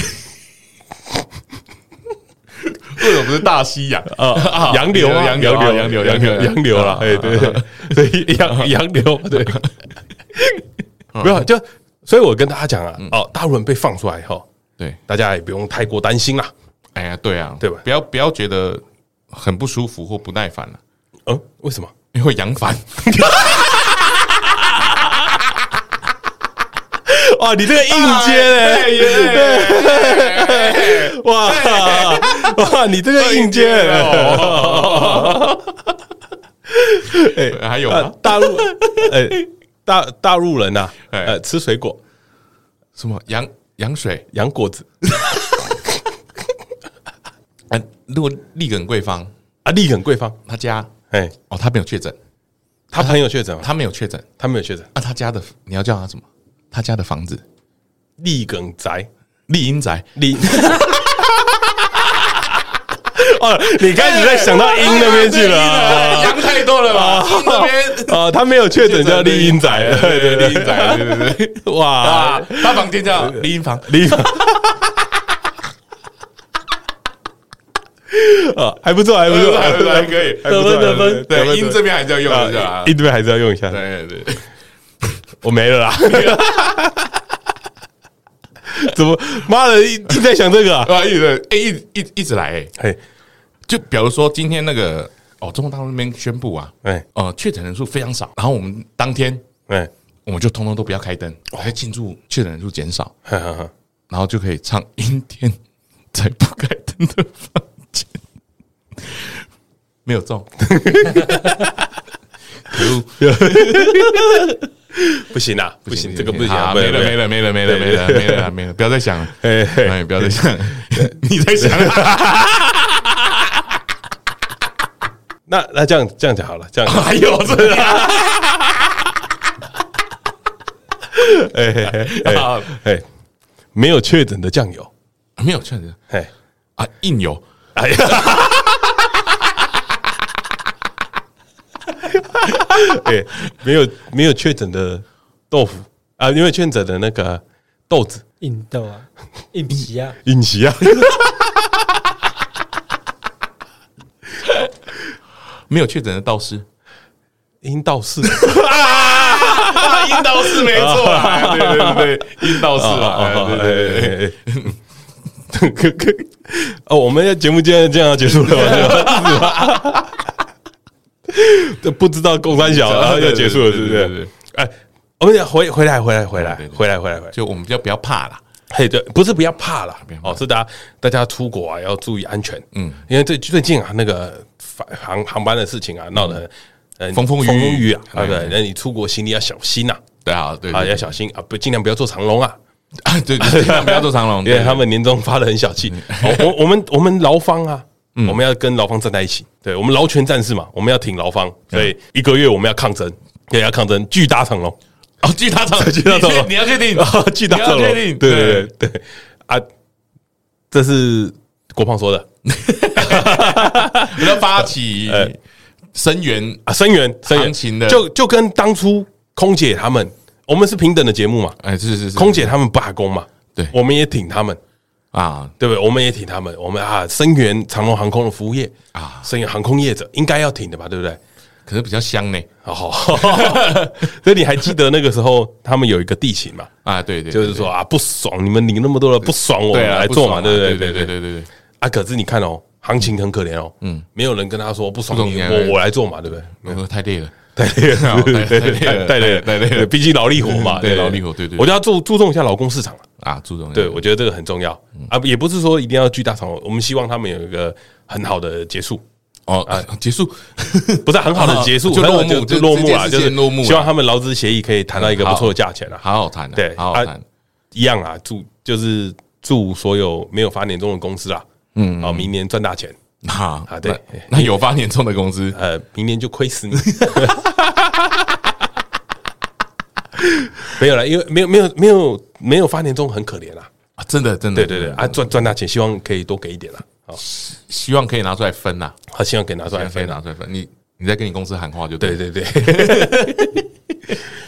为什么不是大西洋？啊，洋流啊，洋流啊洋洋流，流洋洋流，流洋流啦，啊哎，对对，对所以洋洋流， 对，啊没有就，所以我跟大家讲啊，嗯哦，大陆人被放出来以后，对，大家也不用太过担心啦。哎呀，对啊，对吧不要不要觉得很不舒服或不耐烦了，啊嗯，为什么？因为扬帆。哇，哦你这个硬接哎嘞，对，哇 哇，你这个硬接嘞，哦哎 还有呃吗？大陆，呃，大大陆人呐，哎呃，吃水果，什么羊羊水？养果子啊，如果立耿贵芳啊，立耿贵方，他家哎，哦，他没有确诊，他朋友确诊吗，他他没有确诊，啊他没有确诊，那他家的你要叫他什么？他家的房子立耿宅，丽英宅，立。 哦，你开始在想到阴那边去了哎啊。羊太多了吧？阴那边啊，他没有确诊叫丽英仔，对 对对对对，丽英宅，对对对。 哇啊，，他房间叫丽英房， 丽英，啊，还不错，还不错，还不错还可以还不错还得分得分不错对，音这边还是要用一下啊啊，。音这边还是要用一下，对对对，我没了啦。 怎么妈的，一一直在想这个啊？啊，一直哎一一一直来，哎哎就比如说今天那个哦，中国大陆那边宣布啊，哎呃，确诊人数非常少，然后我们当天哎我们就通通都不要开灯，来庆祝确诊人数减少，哈哈哈，然后就可以唱阴天在不开灯的房间，没有中，可恶不行啊，不行，这个不行啊，好不能没了没。了没了没了没了没了没了，不要再想了，哎哎哎，不要再想了，你在想啊。那那这样这样讲好了，这样还有这个哎哎哎哎，没有确诊的酱油， 没有确诊哎，啊，硬有哎呀， 哎，没有没有确诊的豆腐啊，因为确诊的那个豆子硬豆啊，硬皮啊，饮席啊，没有确诊的道士， 阴道 是啊阴道士没错啊，对对对，阴道士啊，对对对对，哎 哦，我们的节目今天这样要结束 了吗？ 是吧这不知道共三小啊，要结束了，是对不对对是对？哎，我们回回来，回来，回来，对对对回来，回来，回来。就我们比较不要怕啦，嘿，对，不是不要怕啦不要，怕哦，是大家大家出国啊要注意安全，嗯嗯，因为最最近啊那个航航航班的事情啊闹得很嗯风风雨雨风风雨啊，哎啊对，那你出国行李要小心呐，对啊，对啊要小心啊，不尽量不要做长龙啊，啊，对嗯对，嗯尽量不要做 长龙，因为他们年终发的很小气。哦 我我们我们劳方啊，嗯我们要跟劳方站在一起，对我们劳权战士嘛，我们要挺劳嗯方，所以一个月我们要抗争，对，要抗争巨大长龙。 哦，巨大长，巨大长龙你要 确定，啊，巨大长你龙，要对确定，对对对啊，这是国胖说的你要发起哎声援，啊，声援声援行情的就就跟当初空姐他们，我们是平等的节目嘛，哎，是是是，空姐他们罢工嘛，对我们也挺他们，啊，对不对？我们也挺他们，我们啊，声援长龙航空的服务业啊啊，声援航空业者应该要挺的吧，对不对？可是比较香呢，哦， 所以你还记得那个时候他们有一个地形嘛？啊，对对，对就是说啊，不爽你们领那么多了，不爽我对们啊，来不做爽嘛，啊对不对？对对对对对对对对，啊，可是你看哦，行情很可怜哦，嗯，没有人跟他说不爽不爽你，你啊我我来做嘛，对不对？没有太累了，太累了，对对对对太累对了太累了对毕竟劳力活嘛，嗯对对劳力活对对对我就要注注重一下劳工市场啊啊，注重对，我觉得这个很重要嗯啊，也不是说一定要巨大场，我们希望他们有一个很好的结束，哦，啊结束， 不是很好的结束，啊就但我落幕就就就落幕这件啊，事就是情落幕啊希望他们劳资协议可以谈到一个不错的价钱啊，好好谈啊，对好好啊谈，一样啊，祝就是祝所有没有发年终的公司啊，嗯，啊，明年赚大钱，好啊对那那有发年终的工资，呃，明年就 亏死你。没有了，因为没有没有没有没有发年终很可怜啦。啊真的真的，对对对，啊，赚赚大钱，希望可以多给一点啦。好，希望可以拿出来分呐，好，希望可以拿出希来望可以啊分拿啦。出来分，你你在跟你公司喊话就对了对对。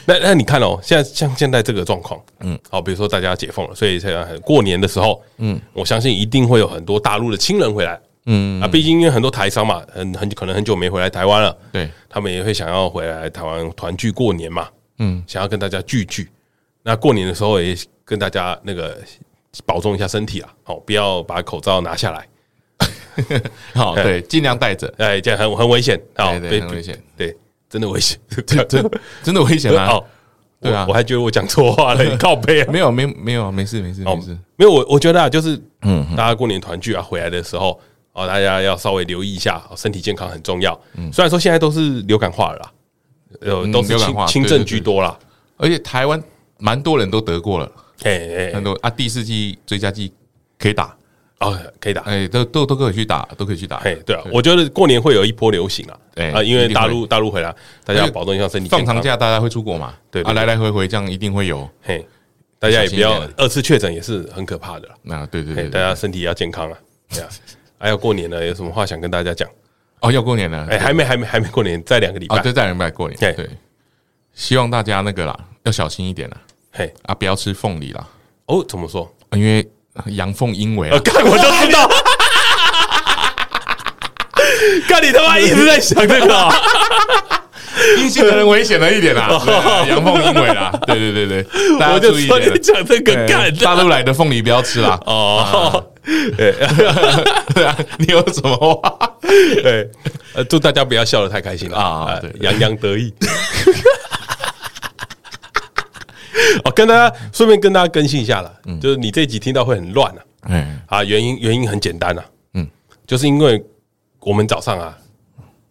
那那你看哦，现在像现在这个状况，嗯，好，比如说大家解封了，所以现在很过年的时候，嗯，我相信一定会有很多大陆的亲人回来，嗯啊，毕竟因为很多台商嘛，很很可能很久没回来台湾了，对，他们也会想要回来台湾团聚过年嘛，嗯，想要跟大家聚聚。那过年的时候也跟大家那个保重一下身体啊，哦，不要把口罩拿下来， 好对，尽量带着，哎，这样很很危险啊，对对被很危险， 对，真的危险，真真的危险啊！哦，对啊我我还觉得我讲错 话了，你靠背啊。没有，没没有，没事，没事，哦没事。，没有我，我觉得啊，就是嗯大家过年团聚啊，回来的时候哦，大家要稍微留意一下，哦身体健康很重要。虽然说现在都是流感化了啦，呃，嗯都是流感轻化轻对对症对居多啦。而且台湾蛮多人都得过了，哎哎很哎，多啊，第四季追加剂可以打，哦，可以打。哎，都都都可以去打，都可以去打哎，。对啊，我觉得过年会有一波流行啊，对啊，因为哎一定会大陆大陆回来，大家要保证一下身体健放康长。假大家会出国嘛？对对啊，来来回回这样一定会有。嘿，大家也小心不一点要啊二次确诊，也是很可怕的啦。那对对嘿，对大对，家身体也要 健康啊。对啊，还有过年了，有什么话想跟大家讲？哦，要过年了，哎，还没还没还没过年，再两个礼啊，拜对，。再人拜过年，对对，希望大家那个啦，要小心一点啦，嘿，啊，不要吃凤梨啦，哦，怎么说？因为阳奉阴违呃，啊，看我就 知道。看你他妈一直在想这个啊，阴性的人危险了一点 啦，对啊阳奉阴违啦，对对对 对，大家我就注意一说点啊你。讲这对个干大陆来的凤梨不要吃啦！ 哦。 对啊，你有什么话？对，呃，祝大家不要笑得太开心了啊啊对，对洋洋 得意。哦，跟大家顺便跟大家更新一下啦，嗯就是你这一集听到会很乱啊，哎，啊，原因原因很简单啊，嗯嗯，就是因为我们早上啊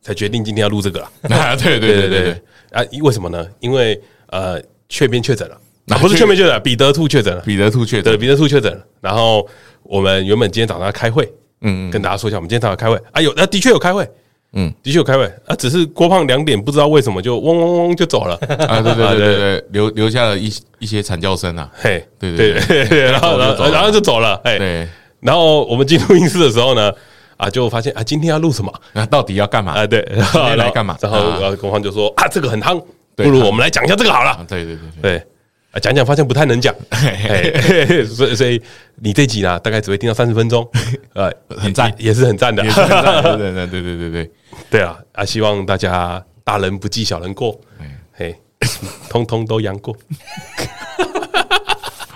才决定今天要录这个啦，啊 对对对对对，啊，因为什么呢？因为呃，雀边确诊了，啊啊不是确雀边确诊了，彼得兔确诊了，彼得兔确对，诊，彼得兔确诊了。然后我们原本今天早上要开会，嗯，跟大家说一下，我们今天早上有开会啊，有啊，的确有开会，嗯嗯，的确有开会啊，只是郭胖两点不知道为什么就嗡嗡嗡就走 了，啊，对对对对对，留留下了一一些惨叫声啊，嘿，对对对对，对然后走就走然后了然后就走了，哎，对，然后我们进录音室的时候呢，啊，就发现啊，今天要录什么那到底要干嘛啊？对，然 后今天来然后干嘛然后啊然后郭胖就说啊，这个很夯，不对如夯我们来讲一下这个好了啊，，对对对 对，对。啊，讲讲发现不太能 讲，哎嘿嘿所以所以你这集呢，大概只会听到三十 分钟，呃，很赞也也是很赞的，也是很赞对对对对对对对， 对啊，啊，希望大家大人不计小人过，哎嘿，通通都杨过，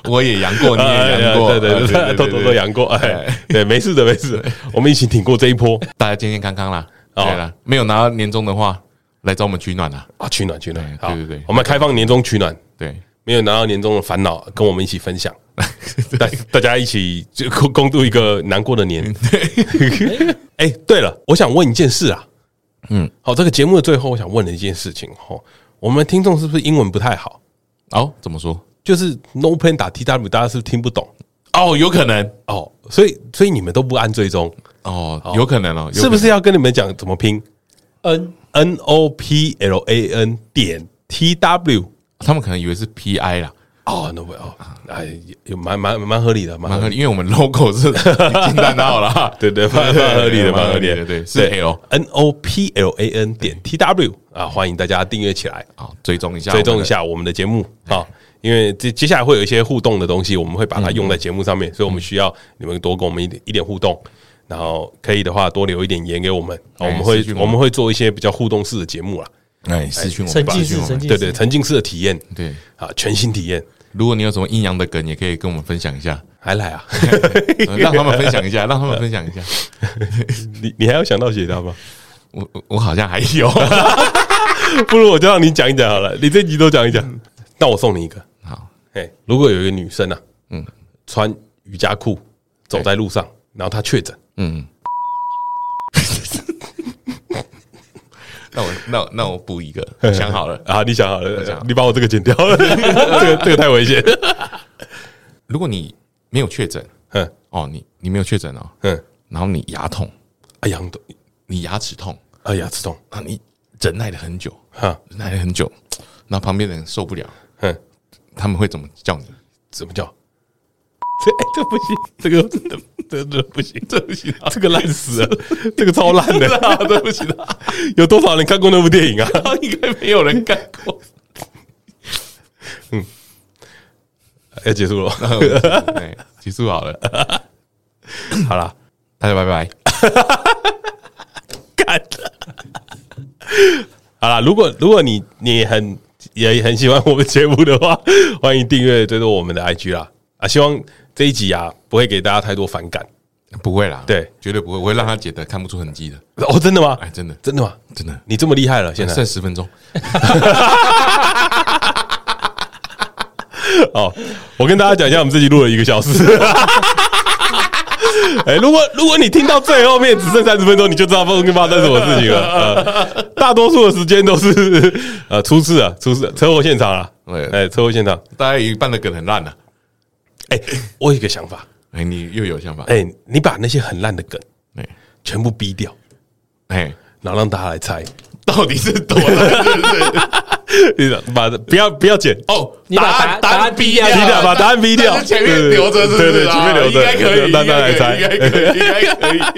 我也阳过，你也阳过，啊 啊对对对，通通都阳，杨过，哎，对，没事的，没事的， 我们一起挺过这一波大家健健康康啦。哦对啦，没有拿到年终的话，来找我们取暖啦。啊，取暖取暖，哎好，对对对我们开放年终取暖， 对，没有拿到年终的烦恼，跟我们一起分享， 大大家一起就共共度一个难过的嗯 年。哎，对了，我想问一件事啊，嗯嗯，好，这个节目的最后，我想问的一件事情哦，我们听众是不是英文不太好？ 哦，怎么说？就是 No Plan 打 T W，大家是不是听不懂？哦，有可能，哦，所以所以你们都不按追踪，哦，有可能哦，有是不是要跟你们讲怎么拼嗯， ？N O P L A N 点 T 可 W 能？他们可能以为是 PI 啦，哦，那不哦，哎，有蛮蛮蛮合理的，蛮蛮合合理理，因为我们 logo 是金蛋到啦。 对对，蛮蛮合理的，对蛮合理蛮合理的，的对是哎哦 L N O P L A N 点 T W 啊，欢迎大家订阅起来，好，追踪一下，追踪一，下我们的节目啊，因为接接下来会有一些互动的东西，我们会把嗯它用在节目上面，所以我们需要你们多跟我们一点一点互动，然后可以的话多留一点言给我们，啊哎我们会私讯我我们们会做一些比较互动式的节目啦，哎，私讯我沉们，浸私讯式我沉们。浸对式，对，沉浸式的体验对，啊，全新体验，如果你有什么阴阳的梗，也可以跟我们分享一 下，还来 啊？呃让他们分享一下，让他们分享一下。你你还有想到其他吗？我我我好像还 有，不如我就让你讲一讲好了，你这集都讲一嗯讲，那我送你一个，好，哎，如果有一个女生啊，嗯嗯，穿瑜伽裤走在路上，然后她确诊，嗯，那我那我那我补一个，我想好了，啊，你想好想了好，你把我这个剪掉， 这个这个太危险。如果你没有确诊嗯哦，你你没有确诊哦，嗯，然后你牙痛，啊杨董，你牙齿痛啊牙齿痛，啊，你忍耐了很久，哈，忍耐了很久，那旁边的人受不了，嗯，他们会怎么叫你？怎么叫？这哎这不行，这个这这这不行，这不行，这个烂死了，这个超 烂的，这不行啊！ 有多少人看过那部电 影啊？应该没有人干 过。嗯要结 束了，哎结束好了， 好啦，大家拜拜。干了。好啦，如果如果你你很也很喜欢我们节目的话，欢迎订阅追踪我们的 IG 啦啊！希望这一集啊不会给大家太多反感不会啦，对，绝对不会，我会让他解得看不出痕迹的。哦，真的吗？哎，真的，哎真的吗？真的，你这么厉害了，现在剩十分钟。哦，我跟大家讲一下，我们这集录了一个小时。 哎、如果如果你听到最后面只剩三十分钟，你就知道发生发生什么事情了。呃，大多数的时间都是呃出事啊，出事车祸现场啊，对哎、车祸现场。大概有一半的梗很烂了、啊哎、我有一个想法，哎，你又有想法？哎、你把那些很烂的梗哎全部逼掉，哎，然后让大家来猜，到底是多烂？是不是 你知道把不要不要剪哦，你把答答答案逼逼掉逼掉把答案逼掉但是前面留着是不是啊？对对前面留着应该可以，让大家来猜应该可以，应该可以应该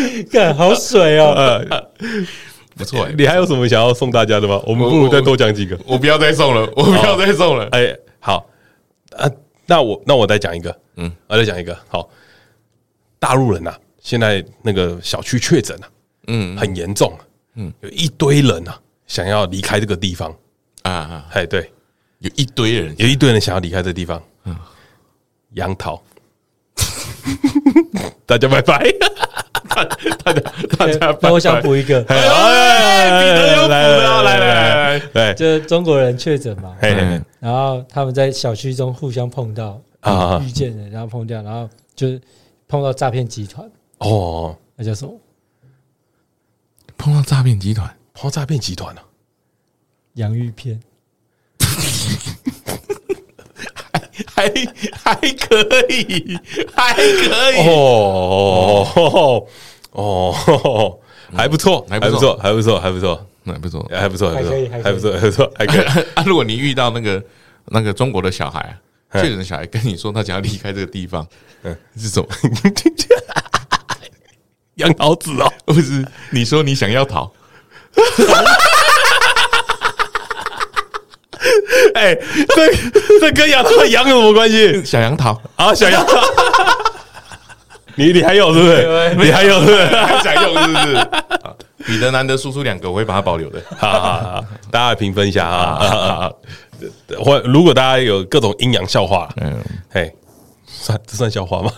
可以，干好水哦！ 呃，不错哎，你还有什么想要送大家的吗？我们不如再多讲几个。我不要再送了，我不要再送了。哎、好啊，那我那我再讲一个，嗯，我再讲一个，好，大陆人呐、啊，现在那个小区确诊啊，嗯，很严重、啊，嗯，有一堆人啊想要离开这个地方，啊啊，哎，对，有一堆人有一堆人想要离开这个地方，嗯，杨桃，大家拜拜，大家大家，那我想补一个，哎，来来来来来来，就是中国人确诊嘛，哎然后他们在小区中互相碰到啊遇见了，然后碰掉，然后就是碰到诈骗集团，哦，那叫什么？碰到诈骗集团，抛诈骗集团啊。洋芋片。还还可以，还可以。哦哦，还不错，还还不不错，错还不错，还不错，那不错还不错，还不还可以错，还还可以不错，还不错，还可以。啊！如果你遇到那个那个中国的小孩啊，嗯确诊的小孩跟你说他想要离开这个地方，嗯是什么？ 杨桃子哦，不是你说你想要逃，哎，这这跟杨桃杨有什么关系小杨逃，啊？小杨，你你还有是不是？你还有是不是？还想用是不是？好彼得难得输出两个，我会把它保留的。好好好，大家评分一下啊！或如果大家有各种阴阳笑话，嗯，哎，算这算笑话吗？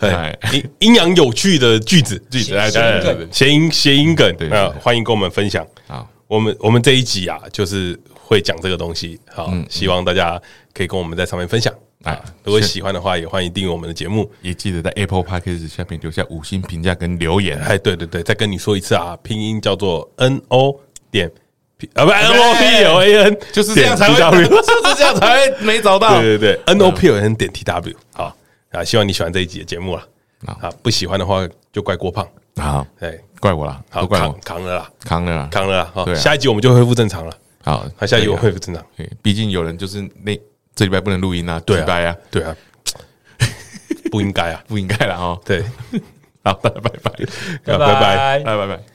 哎哎，阴阴阳有趣的句子，句子哎对对对谐音谐音梗，对对啊，对欢迎跟我们分享。好，我们我们这一集啊，就是会讲这个东西，好，希望大家可以跟我们在上面分享。哎，如果喜欢的话，也欢迎订阅我们的节目。也记得在 Apple Podcast 下面留下五星评价跟留言。哎，对对对，再跟你说一次嗯啊，拼音叫做 N O 点 P 啊，不 N O P L A N，哎就是这样才会，TW 就是这样嗯才会没找到。对对对，N O P L N 点 T W。好啊，希望你喜欢这一集的节目了。好啊，不喜欢的话就怪郭胖。好，哎，怪我啦，好都怪我扛扛了啦，扛了啦。扛了啦。好，对啊下一集我们就恢复正常了。好，好，下一集我有们恢复正常。对，啊毕竟有人就是那这礼拜不能录音啊，对礼拜啊，，啊 对啊，不应该啊。不应该了哈。哦对，好，大家拜拜，啊拜拜拜拜拜拜。